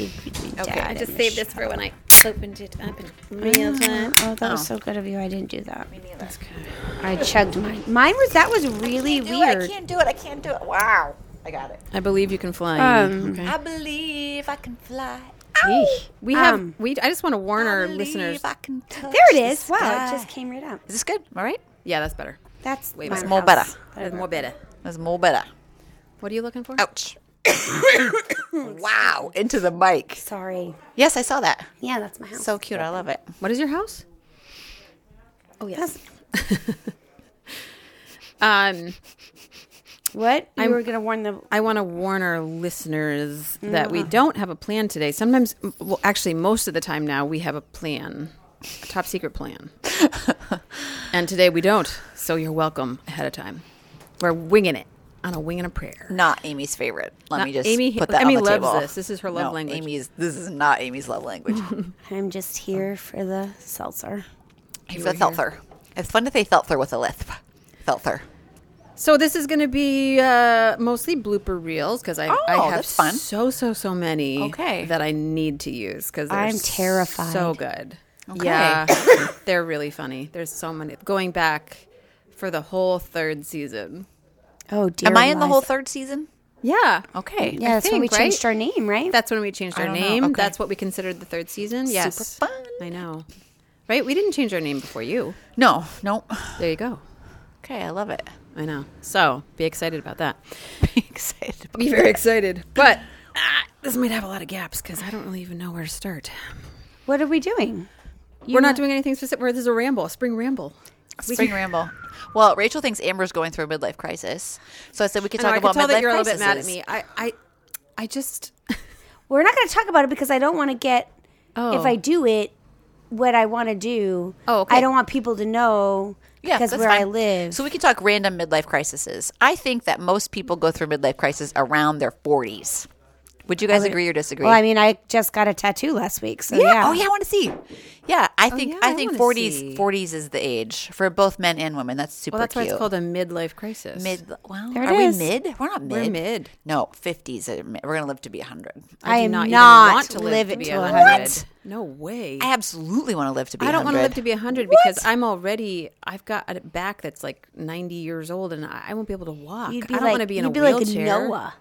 Okay, I just saved this for when I opened it up Ah. in real time. Oh, that was so good of you. I didn't do that. Me neither. That's good. I chugged mine. Mine was that was really Dude, I weird. can't do it. I can't do it. Wow. I got it. I believe you can fly. Um, Okay. I believe I can fly. Yeesh. we have. Um, we. I just want to warn our Believe listeners. I can touch There it is. the Wow, sky. it just came right up. Is this good? Am I right? Yeah, that's better. That's Wait, my it's more house. better. Oh. Whatever. More better. That's more better. What are you looking for? Ouch. wow. Into the mic. Sorry. Yes, I saw that. Yeah, that's my house. So cute. I love it. What is your house? oh yes. Um, What? You were gonna warn the. I want to warn our listeners Mm-hmm. that we don't have a plan today. Sometimes, m- well, actually, most of the time now, we have a plan, a top secret plan. and today we don't. So you're welcome ahead of time. We're winging it on a wing and a prayer. Not Amy's favorite. Let Not- me just Amy- put that Amy on the loves table. this. This is her love No, language. Amy's. This is not Amy's love language. I'm just here for the seltzer. It's a Thelther. It's fun to say Thelther with a lisp. Thelther. So this is going to be uh, mostly blooper reels because I, I Oh, have that's fun. so so so many Okay. that I need to use because I'm terrified. So good. Okay. Yeah, they're really funny. There's so many going back for the whole third season. Oh dear. Am I in the whole lies. third season? Yeah. Okay. Yeah, that's when we think, changed right? our name, right? That's when we changed our don't know. name. Okay. That's what we considered the third season. Yes. Super fun. I know. Right? We didn't change our name before you. No. Nope. There you go. Okay. I love it. I know. So be excited about that. Be excited. Be very excited. But ah, this might have a lot of gaps because I don't really even know where to start. what are we doing? We're not doing anything specific. We're, this is a ramble, a spring ramble. Spring ramble. Well, Rachel thinks Amber's going through a midlife crisis, so I said we could I know, talk I about can tell midlife that you're a little crises. bit mad at me. I, I, I just. We're not going to talk about it because I don't want to get. Oh. If I do it, what I want to do. Oh, okay. I don't want people to know. Yeah, Because that's where I fine. live. So we can talk random midlife crises. I think that most people go through midlife crisis around their 40s. Would you guys agree or disagree? well, I mean, I just got a tattoo last week, so yeah. Oh yeah, I want to see. Yeah, I think Oh, yeah, I I think wanna 40s see. 40s is the age for both men and women. That's super Well, that's why cute. it's called a midlife crisis. mid. Well, it are we is. mid? We're not mid. We're mid. No, 50s. are mid. We're going to live to be 100. I, do am not not, even want to live, to living be to a 100. hundred. No way. I absolutely want to live to be I don't want to 100. live to be 100 because I'm already, I've got a back that's like 90 years old and I, I won't be able to walk. You'd be I don't like, want to be in you'd a be wheelchair. like Noah.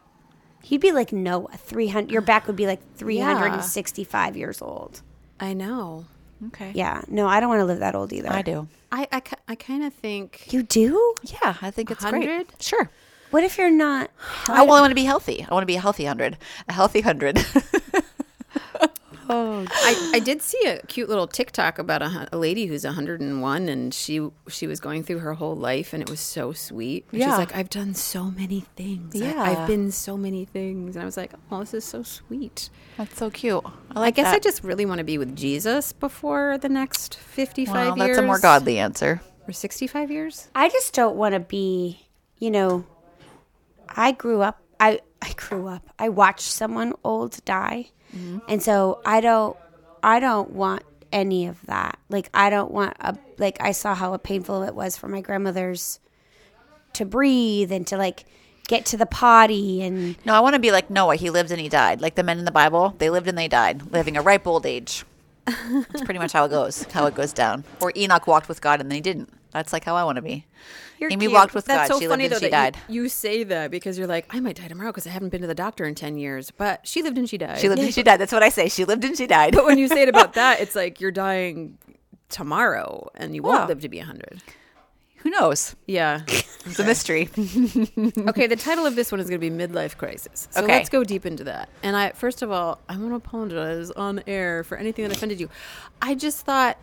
You'd be like Noah. Three hundred. Your back would be like three hundred and sixty-five years old. I know. Okay. Yeah. No, I don't want to live that old either. I do. I, I, ki- I kind of think, You do? Yeah, I think it's great. 100? Sure. What if you're not? I want to be healthy. I want to be a healthy 100. A healthy 100. I, I did see a cute little TikTok about a, hun- a lady who's 101 and she she was going through her whole life and it was so sweet. And Yeah. She's like, I've done so many things. I- Yeah. I've been so many things. And I was like, oh, this is so sweet. That's so cute. I I like guess I that. just really want to be with Jesus before the next 55 Well, years. that's a more godly answer. Or 65 years? I just don't want to be. You know, I grew up. I I grew up. I watched someone old die, and so I don't. I don't want any of that. Like I don't want a. Like I saw how painful it was for my grandmother's to breathe and to like get to the potty and No, I want to be like Noah. He lived and he died. Like the men in the Bible, they lived and they died, living a ripe old age. That's pretty much how it goes, how it goes down. Or Enoch walked with God and then he didn't. That's like how I want to be. Amy walked with That's God. so she funny lived though and she that died. You, you say that because you're like, I might die tomorrow because I haven't been to the doctor in 10 years. But she lived and she died. She lived and she died. That's what I say. She lived and she died. but when you say it about that, it's like you're dying tomorrow and you won't Yeah. live to be 100. Who knows? Yeah. It's a mystery. okay, the title of this one is going to be Midlife Crisis. So Okay. let's go deep into that. And I first of all, I want to apologize on air for anything that offended you. I just thought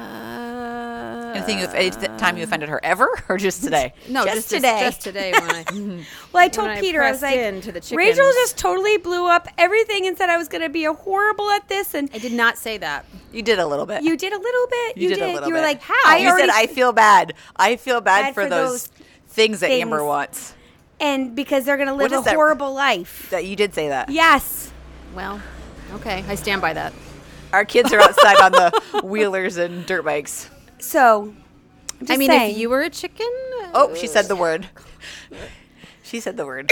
uh, Anything you, any th- time you offended her ever, or just today? no, Just just, just today. Just, today when I Well, I told I Peter, I was pressed like, into the Rachel chickens." just totally blew up everything and said I was going to be a horrible at this, and I did not say that. You did a little bit. you did a little bit. You, did. a little you were bit. like, how? I you already, said, I feel bad. I feel bad, for, those, things that Amber things." wants. and because they're going to live is a that- horrible life. That you did say that. Yes. Well, okay, I stand by that. Our kids are outside on the wheelers and dirt bikes. So, I'm just I mean, saying, if you were a chicken, Oh, she said the word. She said the word.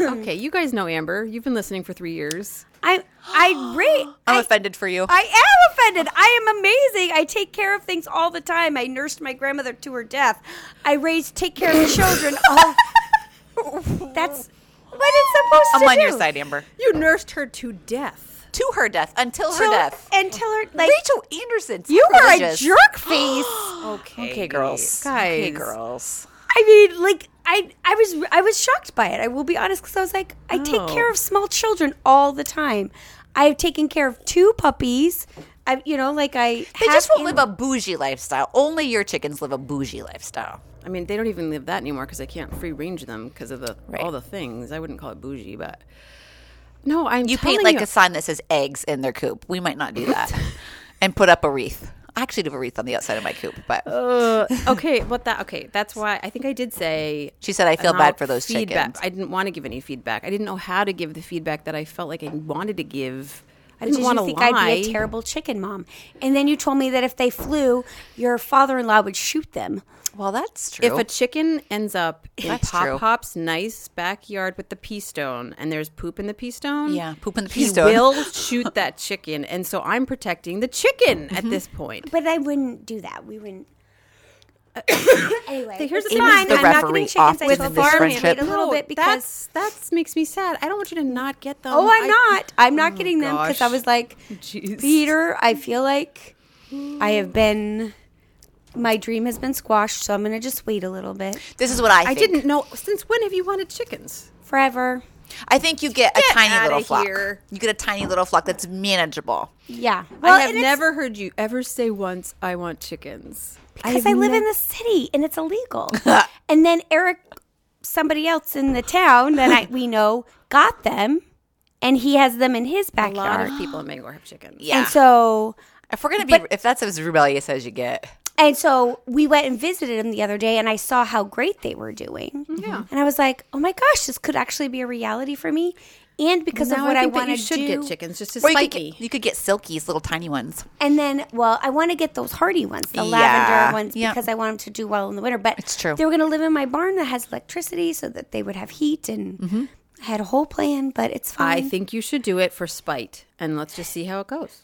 Okay, you guys know Amber. You've been listening for three years. I I rate. I'm I, offended for you. I am offended. I am amazing. I take care of things all the time. I nursed my grandmother to her death. I raised, take care of children. All that's what it's supposed I'm to on do. your side, Amber. You nursed her to death. To her death, until her So- death. and tell her like Rachel Anderson. you were a sacrilegious. jerk face. Okay, Okay, girls. Okay, guys. girls. I mean, like I I was I was shocked by it. I will be honest because I was like, I take Oh. care of small children all the time. I've taken care of two puppies. I you know like I They just won't live a bougie lifestyle. Only your chickens live a bougie lifestyle. I mean, they don't even live that anymore because I can't free range them because of the Right. all the things. I wouldn't call it bougie, but no, I'm You telling paint like you, a sign that says eggs in their coop. We might not do that. and put up a wreath. I actually do have a wreath on the outside of my coop, but Oh. Uh, okay, but that okay. That's why I think I did say she said I feel bad about for those feedback. chickens. I didn't want to give any feedback. I didn't know how to give the feedback that I felt like I wanted to give. I Did didn't want to you think I'd be lie. a terrible chicken mom? And then you told me that if they flew, your father-in-law would shoot them. Well, that's true. if a chicken ends up in That's true. Pop Pop's nice backyard with the pea stone and there's poop in the pea stone, Yeah, poop in the pea he stone. will shoot that chicken. And so I'm protecting the chicken at this point. But I wouldn't do that. We wouldn't. anyway, here's it's the thing. fine. The I'm not referee giving chickens. often I told in this the farm friendship- hand a little No, bit because that's that's makes me sad. I don't want you to not get them. Oh, I'm I- not. I'm not getting them because I gosh. was like, Jeez. Peter, I feel like I have been. My dream has been squashed, so I'm gonna just wait a little bit this is what I, I think. didn't know. Since when have you wanted chickens? forever. I think you get, a tiny outta little flock. here. You get a tiny little flock that's manageable. Yeah. I have and it's never heard you ever say once, "I want chickens." because I, live in the city and it's illegal. and then Eric, somebody else in the town that I, we know, got them, and he has them in his A lot backyard. of people in Bangor have chickens. Yeah. And so if we're gonna be, if that's as rebellious as you get, And so we went and visited him the other day, and I saw how great they were doing. Mm-hmm. Yeah. And I was like, oh my gosh, this could actually be a reality for me. And because Now of what I I, think that want you to should do, get chickens just to Or you could, spiky. get, you could get silkies, little tiny ones. and then, well, I want to get those hardy ones, the Yeah. lavender ones, Yeah. because I want them to do well in the winter. But It's true. they were going to live in my barn that has electricity, so that they would have heat, and Mm-hmm. I had a whole plan. But it's I fine. think you should do it for spite, and let's just see how it goes.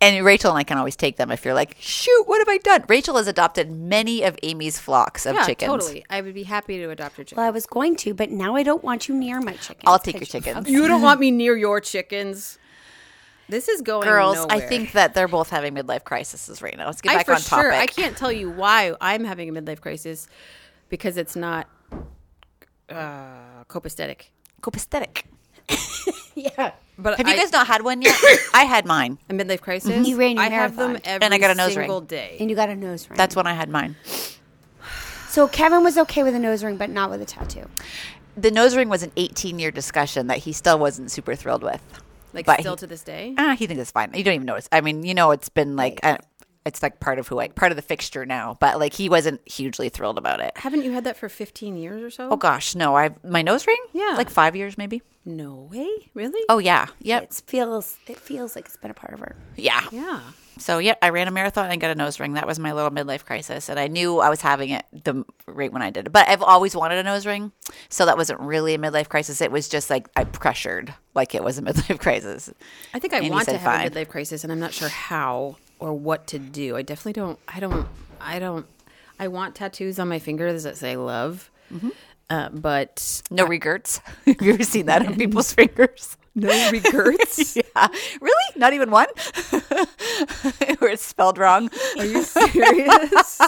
And Rachel and I can always take them if you're like, shoot, what have I done? Rachel has adopted many of Amy's flocks of yeah, chickens. totally. I would be happy to adopt your chicken. well, I was going to, but now I don't want you near my chickens. I'll take your 'cause- chickens. You don't want me near your chickens. This is going Girls, I nowhere. think that they're both having midlife crises right now. Let's get I back for on topic. sure. I can't tell you why I'm having a midlife crisis because it's not uh, copacetic. Copacetic. But Have you I- guys not had one yet? I had mine. a midlife crisis? You ran your I have them marathon. every And I got a nose ring. single day. And you got a nose ring. That's when I had mine. so Kevin was okay with a nose ring, but not with a tattoo. The nose ring was an 18 year discussion that he still wasn't super thrilled with. Like But still he- to this day. Ah, he thinks it's fine. You don't even notice. I mean, you know, it's been like uh, it's like part of who I part of the fixture now. But like, he wasn't hugely thrilled about it. Haven't you had that for 15 years or so? Oh gosh, no! I my nose ring. Yeah. like five years maybe. No way. Really? Oh yeah, yep, It feels it feels like it's been a part of her. yeah. Yeah. So yeah, I ran a marathon and got a nose ring. That was my little midlife crisis, and I knew I was having it the right when I did it. But I've always wanted a nose ring, so that wasn't really a midlife crisis. It was just like I pressured, like it was a midlife crisis. I think I And he want to said have a fine. midlife crisis and I'm not sure how or what to do. I definitely don't I don't I don't I want tattoos on my fingers that say love. Uh, but No regrets. Have you ever seen that on people's fingers? no regrets. Yeah, really? Not even one? Where it's spelled wrong? Are you serious?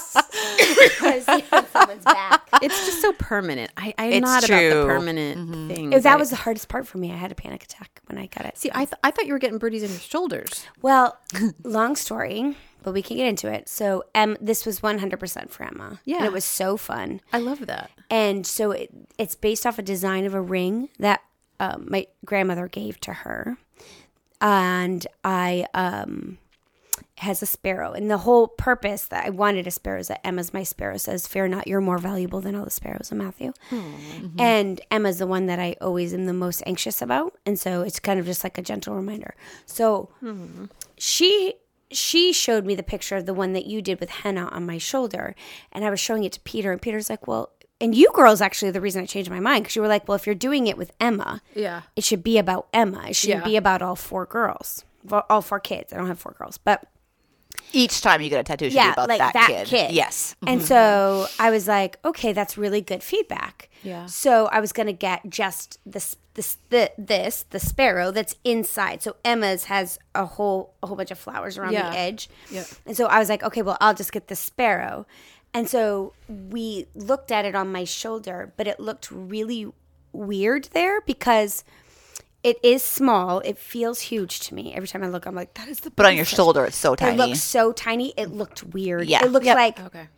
someone's back. it's just so permanent. I, I'm It's not about true. the permanent thing. That was the hardest part for me. I had a panic attack when I got it. See, I, th- I thought you were getting birdies in your shoulders. Well, long story, but we can get into it. So, um, this was 100% for Emma. Yeah. And it was so fun. I love that. And so it, it's based off a design of a ring that um, my grandmother gave to her. And I um it has a sparrow. And the whole purpose that I wanted a sparrow is that Emma's my sparrow says, Fear not, you're more valuable than all the sparrows in Matthew. And Emma's the one that I always am the most anxious about. And so it's kind of just like a gentle reminder. So she she showed me the picture of the one that you did with henna on my shoulder and i was showing it to peter and peter's like well and you girls actually are the reason I changed my mind because you were like, well, if you're doing it with Emma, Yeah. it should be about Emma. It shouldn't Yeah. be about all four girls, well, all four kids. I don't have four girls, but Each time you get a tattoo, it should be yeah, about like that, that, kid. kid. Yes. And so I was like, okay, that's really good feedback. Yeah. So I was gonna get just this this the this the sparrow that's inside. So Emma's has a whole a whole bunch of flowers around Yeah. the edge. Yeah. And so I was like, okay, well I'll just get the sparrow. And so we looked at it on my shoulder, but it looked really weird there because it is small. It feels huge to me. Every time I look, I'm like, that is the But on your shoulder, it's so it tiny. looked so tiny. It looked weird. Yeah. It looked Yep. like Okay.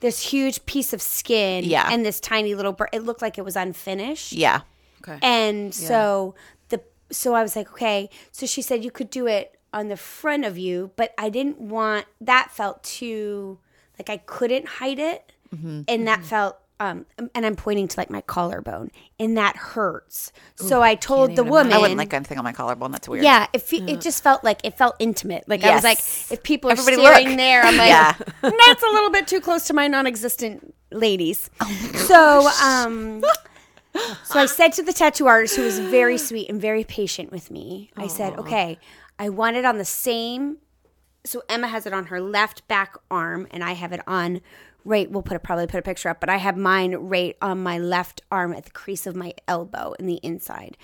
this huge piece of skin Yeah. and this tiny little bird. It looked like it was unfinished. yeah. Okay. And so the so I was like, okay. So she said you could do it on the front of you, but I didn't want that felt too like I couldn't hide it. Mm-hmm. And that felt um and I'm pointing to like my collarbone and that hurts. So I told the woman I wouldn't like anything on my collarbone. That's weird. yeah, it, fe- it just felt like it felt intimate. Like I was like, Yes. if people are Everybody staring look. there, I'm like, Yeah. that's a little bit too close to my non-existent ladies. so, um, so I said to the tattoo artist, who was very sweet and very patient with me, I said, okay, I want it on the same. So Emma has it on her left back arm, and I have it on right. We'll put a probably put a picture up, but I have mine right on my left arm at the crease of my elbow in the inside.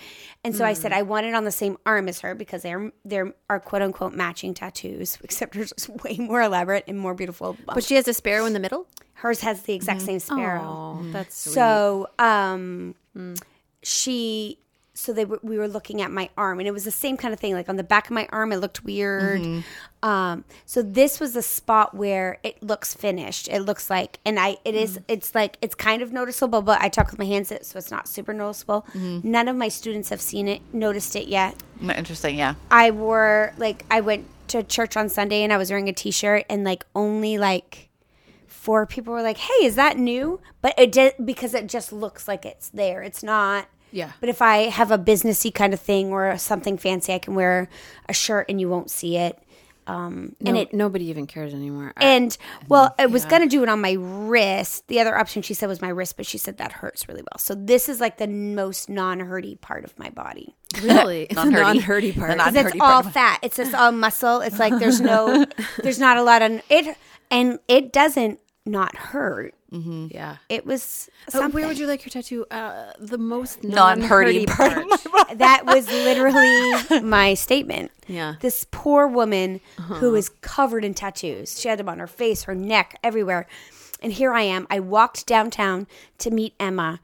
And so I said I want it on the same arm as her because they're they're are quote unquote matching tattoos, except hers is way more elaborate and more beautiful. But But she has a sparrow in the middle. hers has the exact same sparrow. Oh, that's sweet. So, um, she, so they were, we were looking at my arm, and it was the same kind of thing. Like on the back of my arm, it looked weird. Um, so this was the spot where it looks finished. It looks like, and I, it is, it's like it's kind of noticeable, but I talk with my hands, so it's not super noticeable. None of my students have seen it, noticed it yet. Mm, Interesting. Yeah. I wore like I went to church on Sunday and I was wearing a t-shirt and like only like four people were like, "Hey, is that new?" But it did because it just looks like it's there. It's not. Yeah. But if I have a businessy kind of thing or something fancy, I can wear a shirt and you won't see it. Um, No- and it nobody even cares anymore. I- and well, I was gonna do it on my wrist. The other option she said was my wrist, but she said that hurts really well. So this is like the most non-hurty part of my body. really, it's the Non-hurdy. non-hurdy part. The non- Because Dirty it's all part. fat. It's just all muscle. It's like there's no, there's not a lot of it, and it doesn't not hurt. yeah. It was But something Oh, where would you like your tattoo? Uh, the most non-hurdy, Non-hurdy part part. of my body. that was literally my statement. Yeah. Uh-huh. this poor woman who is covered in tattoos. She had them on her face, her neck, everywhere. And here I am. I walked downtown to meet Emma.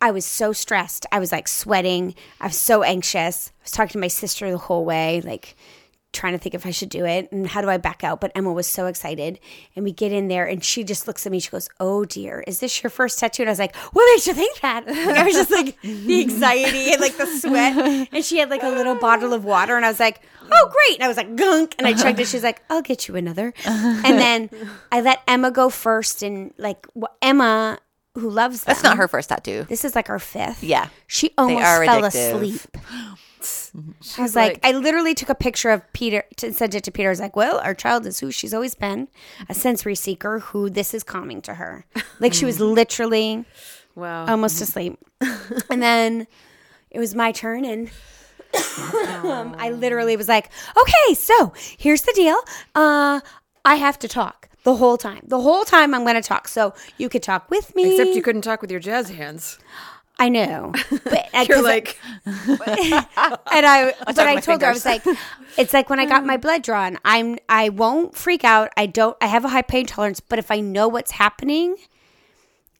I was so stressed. I was like sweating. I was so anxious. I was talking to my sister the whole way, like trying to think if I should do it and how do I back out. But Emma was so excited. And we get in there and she just looks at me. She goes, Oh dear, is this your first tattoo? And I was like, What makes you think that? Like, I was just like the anxiety and like the sweat. And she had like a little bottle of water. And I was like, Oh great. And I was like, Gunk. And I chugged it. She's like, I'll get you another. And then I let Emma go first. And like wh- Emma, who loves That's not her first tattoo. this is like our fifth. Yeah. She almost are fell addictive. asleep. I was like, I literally took a picture of Peter t- and sent it to Peter. I was like, well, our child is who she's always been a sensory seeker who this is calming to her. Like she was literally Wow. almost asleep. and then it was my turn and um, I literally was like, "Okay, so here's the deal. Uh I have to talk the whole time. The whole time I'm going to talk. So you could talk with me. Except you couldn't talk with your jazz hands. I know. But I- You're 'cause I- like, and I, but talk I with told her I was fingers. like, it's like when I got my blood drawn. I'm, I won't freak out. I don't. I have a high pain tolerance, but if I know what's happening,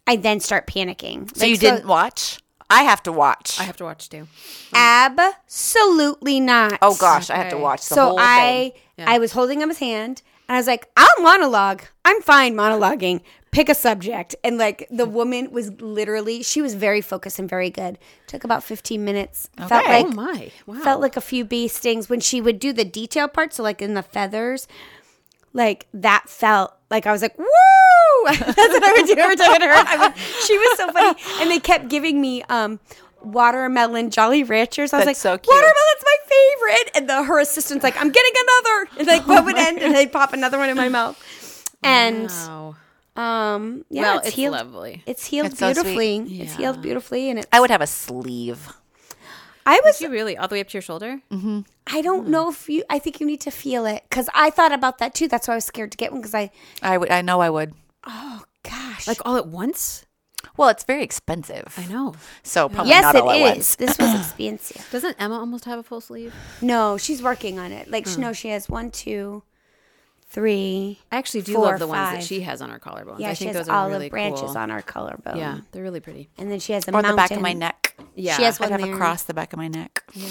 I then start panicking. So you didn't watch? I have to watch. I have to watch too. Absolutely not. oh gosh, I have to Okay. watch the so whole I, thing. I was holding him his hand, and I was like, I'll monologue. I'm fine monologuing. Pick a subject, and like the woman was literally, she was very focused and very good. Took about 15 minutes. Felt Okay. like Oh my! Wow. felt like a few bee stings when she would do the detail part. So like in the feathers, like that felt like I was like, woo! That's what I would do every time I heard. I would, she was so funny, and they kept giving me um watermelon Jolly Ranchers. I was That's so like, cute. watermelon's my favorite, and the her assistant's Oh like, I'm getting another, and like what would end, and they pop another one in my mouth, and wow. Um, yeah, well, it's, it's, healed. lovely. It's healed It's so sweet. beautifully. It's healed Yeah. beautifully, and it. I would have a sleeve. I Is was. you really all the way up to your shoulder? Mm. I don't Hmm. know if you. I think you need to feel it because I thought about that too. That's why I was scared to get one because I. oh I would. I know I would. Gosh. Like all at once? Well, it's very expensive. I know. So probably yes, not it all at is. once. This was expensive. Doesn't Emma almost have a full sleeve? No, she's working on it. Like, she Hmm. no, she has one, two, three. I actually do Four or love the ones five. that she has on her collarbones. Yeah, I she think has those are olive really branches cool. on her collarbone. Yeah, they're really pretty. And then she has a Or mountain. the back of my neck. Yeah. She has I'd one have there. a cross the back of my neck. Yeah.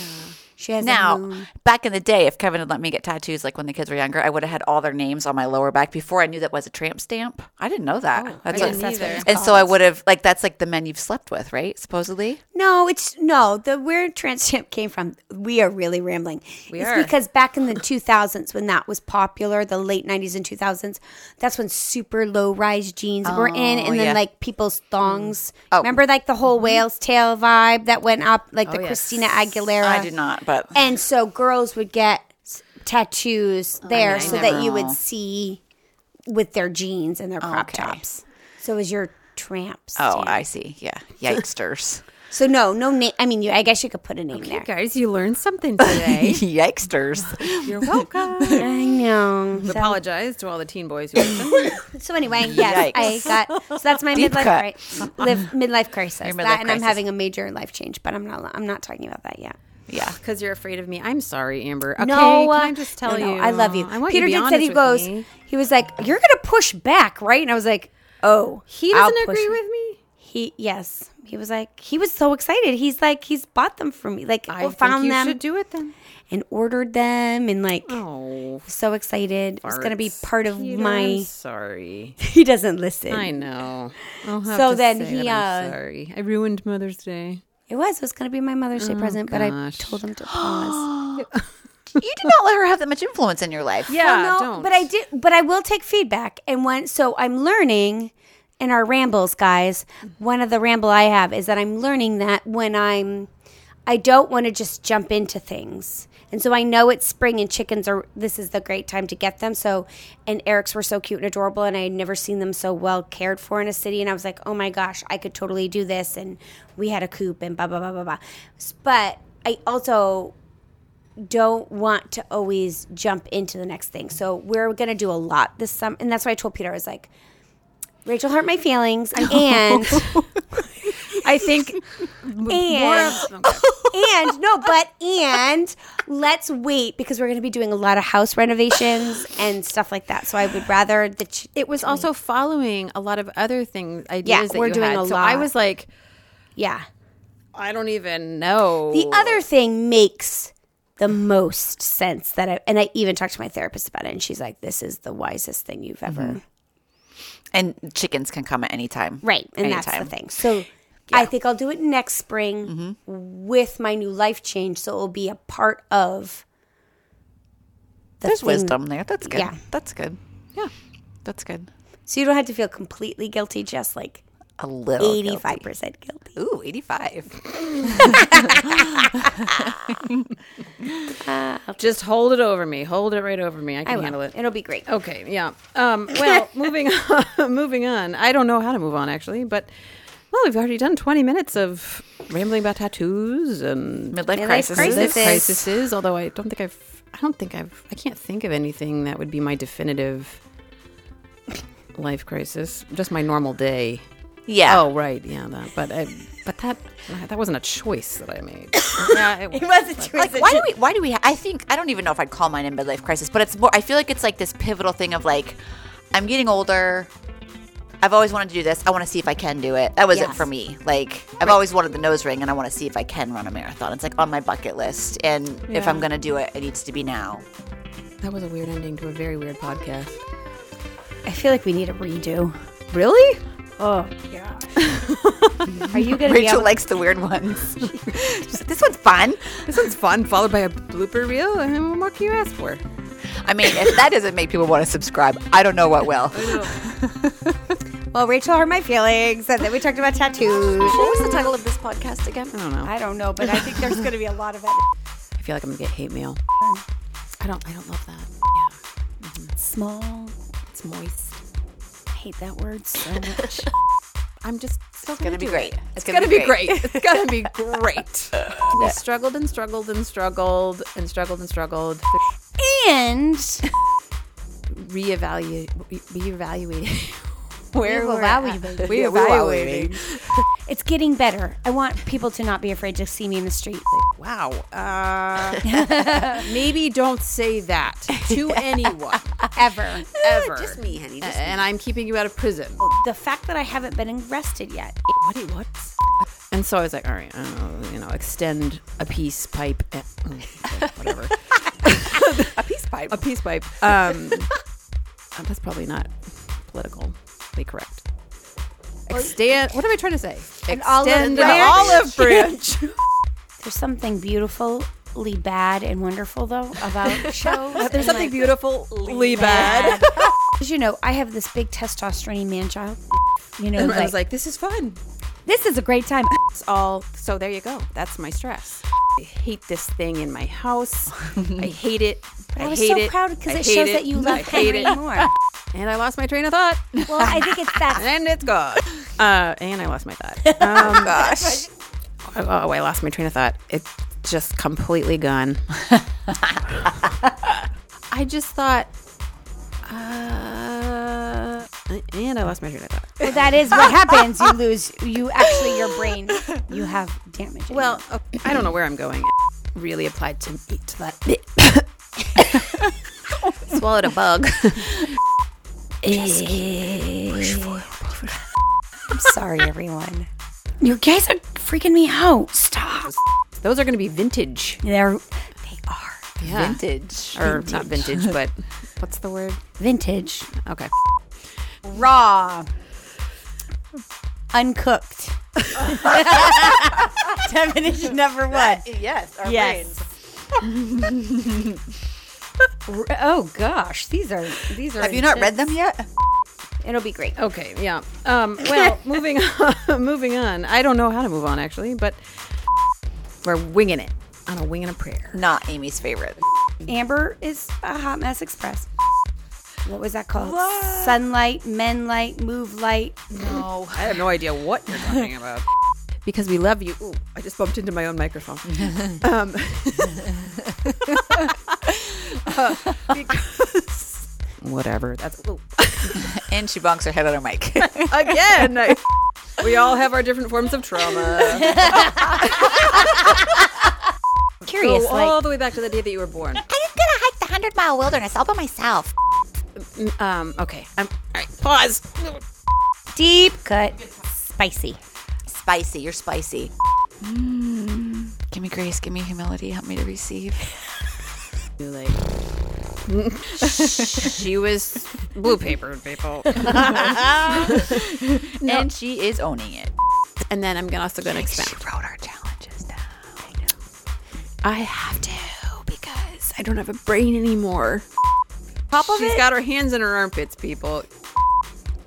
She has a Now, moon. back in the day, if Kevin had let me get tattoos like when the kids were younger, I would have had all their names on my lower back before I knew that was a tramp stamp. I didn't know that. Oh, that's I what- didn't either. and so I would have like that's like the men you've slept with, right? Supposedly. No, it's no. The where trans champ came from, we are really rambling. We it's are. because back in the 2000s, when that was popular, the late 90s and 2000s, that's when super low rise jeans were in, and then Oh, yeah. Mm. Oh. Mm-hmm. like people's thongs. Remember, like the whole whale's tail vibe that went up, like the yes. Christina Aguilera. I do not, but And so girls would get s- tattoos Oh, there I so never- that you would see with their jeans and their crop Okay. tops. So it was your tramp. oh, stamp. I see. Yeah, yikesters, So no, no name. I mean, you. I guess you could put a name there. guys, you learned something today. yikesters. You're welcome. I know. So, Apologize to all the teen boys who listen. so anyway, yes, Yikes. I got. So that's my midlife, cut. cri- live, midlife crisis. Your midlife that, and I'm crisis. having a major life change, but I'm not. I'm not talking about that yet. Yeah, Because you're afraid of me. I'm sorry, Amber. Okay, no, can I uh, just tell no, no, you? I love you. I want Peter you to be did said he honest with goes. me. He was like, "You're gonna push back, right?" And I was like, "Oh, He I'll doesn't push agree back." with me. He yes. He was like, he was so excited. He's like, he's bought them for me. Like, I found think you them should do it then. and ordered them, and like, Oh, so excited. It's gonna be part of Peter, I'm my. sorry. He doesn't listen. I know. I'll have So to then say he, that I'm uh, sorry. I ruined Mother's Day. It was. It was going to be my Mother's Day present, but I Oh, gosh. told him to pause. you did not let her have that much influence in your life. Yeah, Well, don't. But I did. But I will take feedback. And when so I'm learning in our rambles, guys. One of the ramble I have is that I'm learning that when I'm, I don't want to just jump into things. And so I know it's spring and chickens are. This is the great time to get them. So, and Eric's were so cute and adorable, and I had never seen them so well cared for in a city. And I was like, oh my gosh, I could totally do this. And we had a coop and blah blah blah blah blah. But I also don't want to always jump into the next thing. So we're going to do a lot this summer. And that's why I told Peter, I was like, Rachel hurt my feelings. And, I think and, and, no, but, and let's wait because we're going to be doing a lot of house renovations and stuff like that. So I would rather that ch- it was also following a lot of other things, ideas that we're you doing had. a so I lot. was like, yeah. I don't even know. The other thing makes the most sense that I, and I even talked to my therapist about it. And she's like, this is the wisest thing you've ever. and chickens can come at any time. Right. And Anytime. that's the thing. So I think I'll do it next spring with my new life change. So it'll be a part of the There's thing- wisdom there. That's good. Yeah. That's good. yeah. That's good. So you don't have to feel completely guilty, just like A little. guilty. 85% Oh, guilty. Ooh, 85. Just hold it over me. Hold it right over me. I can will. handle it. It'll be great. Okay, yeah. Um, well, moving on, moving on. I don't know how to move on actually, but well, we've already done 20 minutes of rambling about tattoos and Midlife, Midlife crisis. crisis. midlife crises. Although I don't think I've, I don't think I've, I can't think of anything that would be my definitive life crisis. Just my normal day. Yeah. Oh, right, yeah. That, but I, but that that wasn't a choice that I made. yeah, it was. like why do we why do we ha- i think i don't even know if i'd call mine a midlife crisis but it's more i feel like it's like this pivotal thing of like i'm getting older i've always wanted to do this i want to see if i can do it that was it Yes. for me like i've always wanted the nose ring and i want to see if i can run a marathon it's like on my bucket list and if i'm Yeah. gonna do it it needs to be now That was a weird ending to a very weird podcast. I feel like we need a redo. Really? Oh, yeah. Are you going to be rachel able likes the weird ones She's like, this one's fun This one's fun, followed by a blooper reel. I mean, what more can you ask for? i mean if that doesn't make people want to subscribe i don't know what will Well, Rachel hurt my feelings. And then we talked about tattoos. what was the title of this podcast again I don't know. I don't know, but I think there's going to be a lot of it. I feel like I'm gonna get hate mail. I don't. I don't love that. Yeah, Small it's moist. hate that word so much. I'm just still It's gonna be great. It's gonna, be great. It's gonna be great. we struggled and struggled and struggled and struggled and struggled. and Reevaluate, reevaluating. Where we're at. Reevaluating. We're evaluating. it's getting better. I want people to not be afraid to see me in the street. Wow. Uh, maybe don't say that to anyone ever, ever. Just me, honey. Just And I'm keeping you out of prison. The fact that I haven't been arrested yet. What? What? And so I was like, all right, uh, you know, extend a peace pipe, eh, mm, whatever. A peace pipe. a peace pipe. Um, uh, that's probably not politically correct. Extend. What am I trying to say? Extend olive an branch. olive branch. There's something beautifully bad and wonderful though about shows. There's something beautifully bad. bad. As you know, I have this big testosterone man child. You know, And like, I was like, this is fun. this is a great time. It's all. So there you go. That's my stress. I hate this thing in my house. I hate it. I, I, was hate so it. proud because I it hate shows that you I love hate Henry it. more. And I lost my train of thought. Well, I think it's that. and it's gone. Uh, and I lost my thought. Um, oh gosh. Oh, I lost my train of thought. It's just completely gone. I just thought. Uh, and I lost my train of thought. Well, that is what happens. You lose. You actually, your brain, you have damage. in Well, okay, I don't know where I'm going. Really applied to me to that bit. Swallowed a bug. it. Eh. I'm sorry, everyone. You guys are freaking me out. Stop. Those are going to be vintage. They're, they are Vintage. Or not vintage, but what's the word? vintage, Okay. raw, uncooked. Definition number one. Yes. Our Yes. R- oh gosh, these are these are. Have you not read them yet? It'll be great. Okay, yeah. Um, well, moving on, moving on. I don't know how to move on actually, but we're winging it on a wing and a prayer. Not Amy's favorite. Amber is a hot mess express. What was that called? Sunlight, men light, move light. No, I have no idea what you're talking about. Because we love you. Ooh, I just bumped into my own microphone. um, uh, because- whatever. That's ooh. And she bonks her head on her mic. again. I- we all have our different forms of trauma. Curious, Go like all the way back to the day that you were born. just gonna hike the hundred mile wilderness all by myself. Um, okay. I'm, all right. Pause. deep cut, spicy. Spicy. You're spicy. Give me grace. Give me humility. Help me to receive. like she was blue papered people And she is owning it. and then i'm gonna also gonna She expand wrote our challenges down. i have to because i don't have a brain anymore Top of She's got her hands in her armpits, people.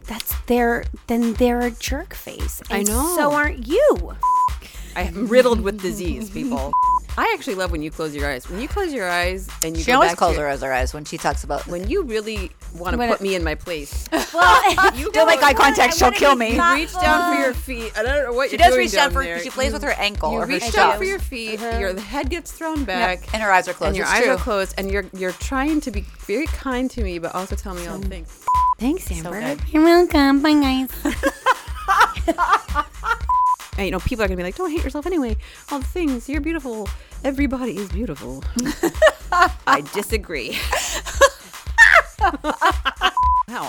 That's their then they're a jerk face. I And know. So aren't you? I am riddled with disease, people. I actually love when you close your eyes. When you close your eyes and you She go always back calls to, her eyes her eyes when she talks about. When you really want to When put it- me in my place, Well, you Don't make go- eye contact. She'll kill me. You reach down for your feet. I don't know what She you're does doing reach down for. there. She plays with her ankle. You or her reach toes. down for your feet. Your head gets thrown back. and her eyes are closed. and your It's eyes true. are closed, and you're you're trying to be very kind to me, but also tell me all the things. Thanks, Amber. good. You're welcome. Bye, guys. And you know, people are gonna be like, "Don't hate yourself anyway." All the things you're beautiful. Everybody is beautiful. I disagree. wow,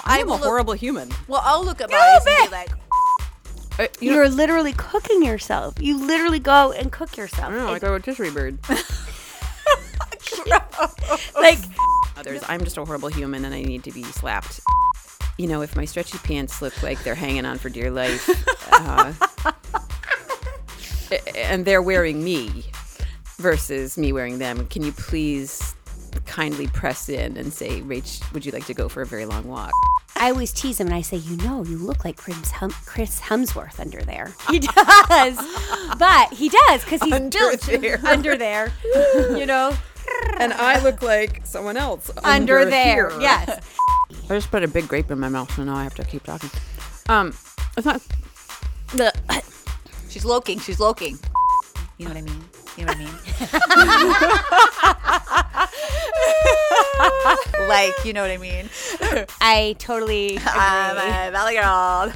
I am a will look- horrible human. Well, I'll look at my eyes and be like, Uh, you know, You're literally cooking yourself. You literally go and cook yourself. Oh, I don't know, like a rotisserie bird. Like Others, I'm just a horrible human, and I need to be slapped. You know, if my stretchy pants look like they're hanging on for dear life, uh, a- and they're wearing me versus me wearing them, can you please kindly press in and say, "Rach, would you like to go for a very long walk?" I always tease him and I say, you know, you look like Chris, hum- Chris Hemsworth under there. He does, but he does because he's Under built there. under there. You know, And I look like someone else under there. Yes. I just put a big grape in my mouth, so now I have to keep talking. Um, it's not the She's loking. She's loking. You know what I mean? You know what I mean? like, you know what I mean? I totally. I'm a valley girl.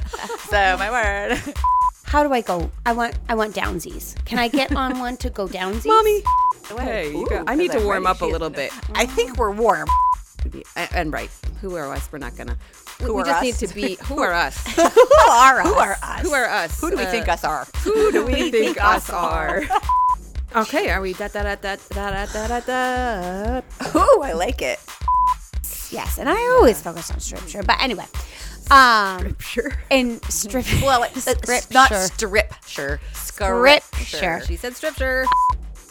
So my word. How do I go? I want I want downsies. Can I get on one to go downsies? mommy. Hey, you got- I need to Ooh, warm up a she- little bit. I think we're warm. And, and right, who are us? We're not gonna. we- Who we are just us? need to be. Who are us? Who are us? Who are us? Who are us? Who do we Uh, think us are? Who do we think us are? okay, are we da da da da da da da da? Who? I like it. Yes, and I always focus on scripture. But anyway, um, Sure. in scripture. Well, it's Scripture. not strip. Sure. Scripture. She said scripture.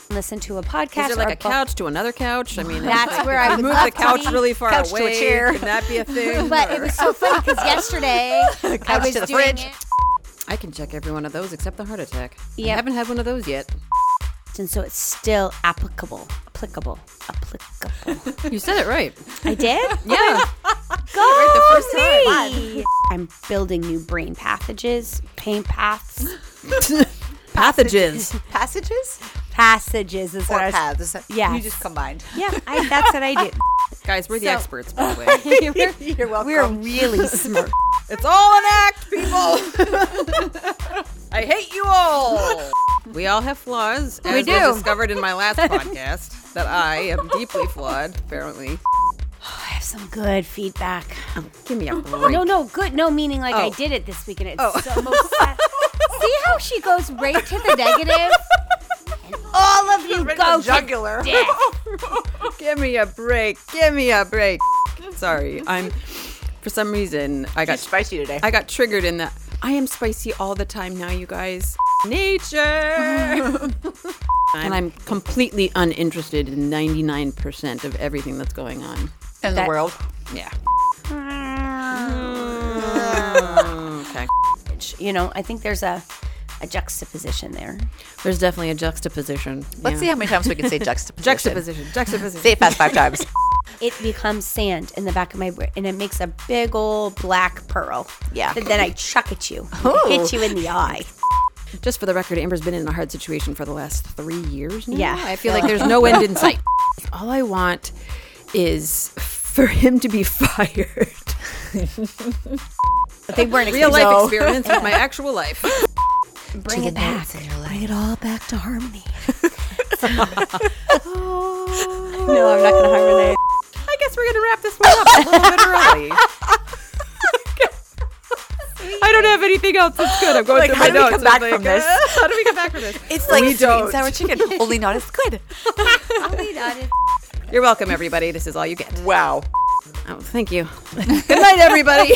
listen to a Is podcast. there or like a book. couch to another couch? I mean, That's if where you I would move love the to couch be. really far Couch to a away. chair. Could that be a thing? But Or- it was so funny because yesterday I Couch was to the doing fridge. it, I can check every one of those except the heart attack. Yeah, Yep. I haven't had one of those yet. and so it's still applicable, applicable, applicable. You said it right. I did. Yeah. Oh Go the first time. me! I'm building new brain pathages, pain paths, Pathogens. Passages passages. Is or what I was- paths? Yes. You just combined. Yeah, I, that's what I do. Guys, we're the So- experts, by the way. You're welcome. We're really smart. It's all an act, people. I hate you all. We all have flaws. As We was do. discovered in my last podcast that I am deeply flawed. Apparently, I have some good feedback. give me a break. No, no, good. No, meaning like I Oh. did it this week and it's so most sad. See how she goes right to the negative? And all of you Right to go the to jugular. death. Give me a break. Give me a break. Sorry, I'm. For some reason, I Got got spicy today. I got triggered in that. I am spicy all the time now, you guys. Nature. and I'm completely uninterested in 99% of everything that's going on. in the that- world. Yeah. okay. You know, I think there's a, a juxtaposition there. There's definitely a juxtaposition. Let's see how many times we can say juxtaposition. Juxtaposition. Juxtaposition. Say it fast five times. It becomes sand in the back of my brain and it makes a big old black pearl. Yeah. That then I chuck at you, Ooh. hit you in the eye. Just for the record, Amber's been in a hard situation for the last three years now. Yeah. I feel like there's no end in sight. All I want is for him to be fired. They weren't Real expecting- life experience with my actual life. Bring it back. Bring it all back to harmony. Oh. No, I'm not going to harmonize. I guess we're gonna wrap this one up a little bit early. I don't have anything else that's good. I'm going Like, through how my do we notes. come back I'm from this? "Uh, how do we come back from this? It's like We sweet don't. and sour chicken, only not as good. You're welcome, everybody. This is all you get. Wow. Oh, thank you. Good night, everybody.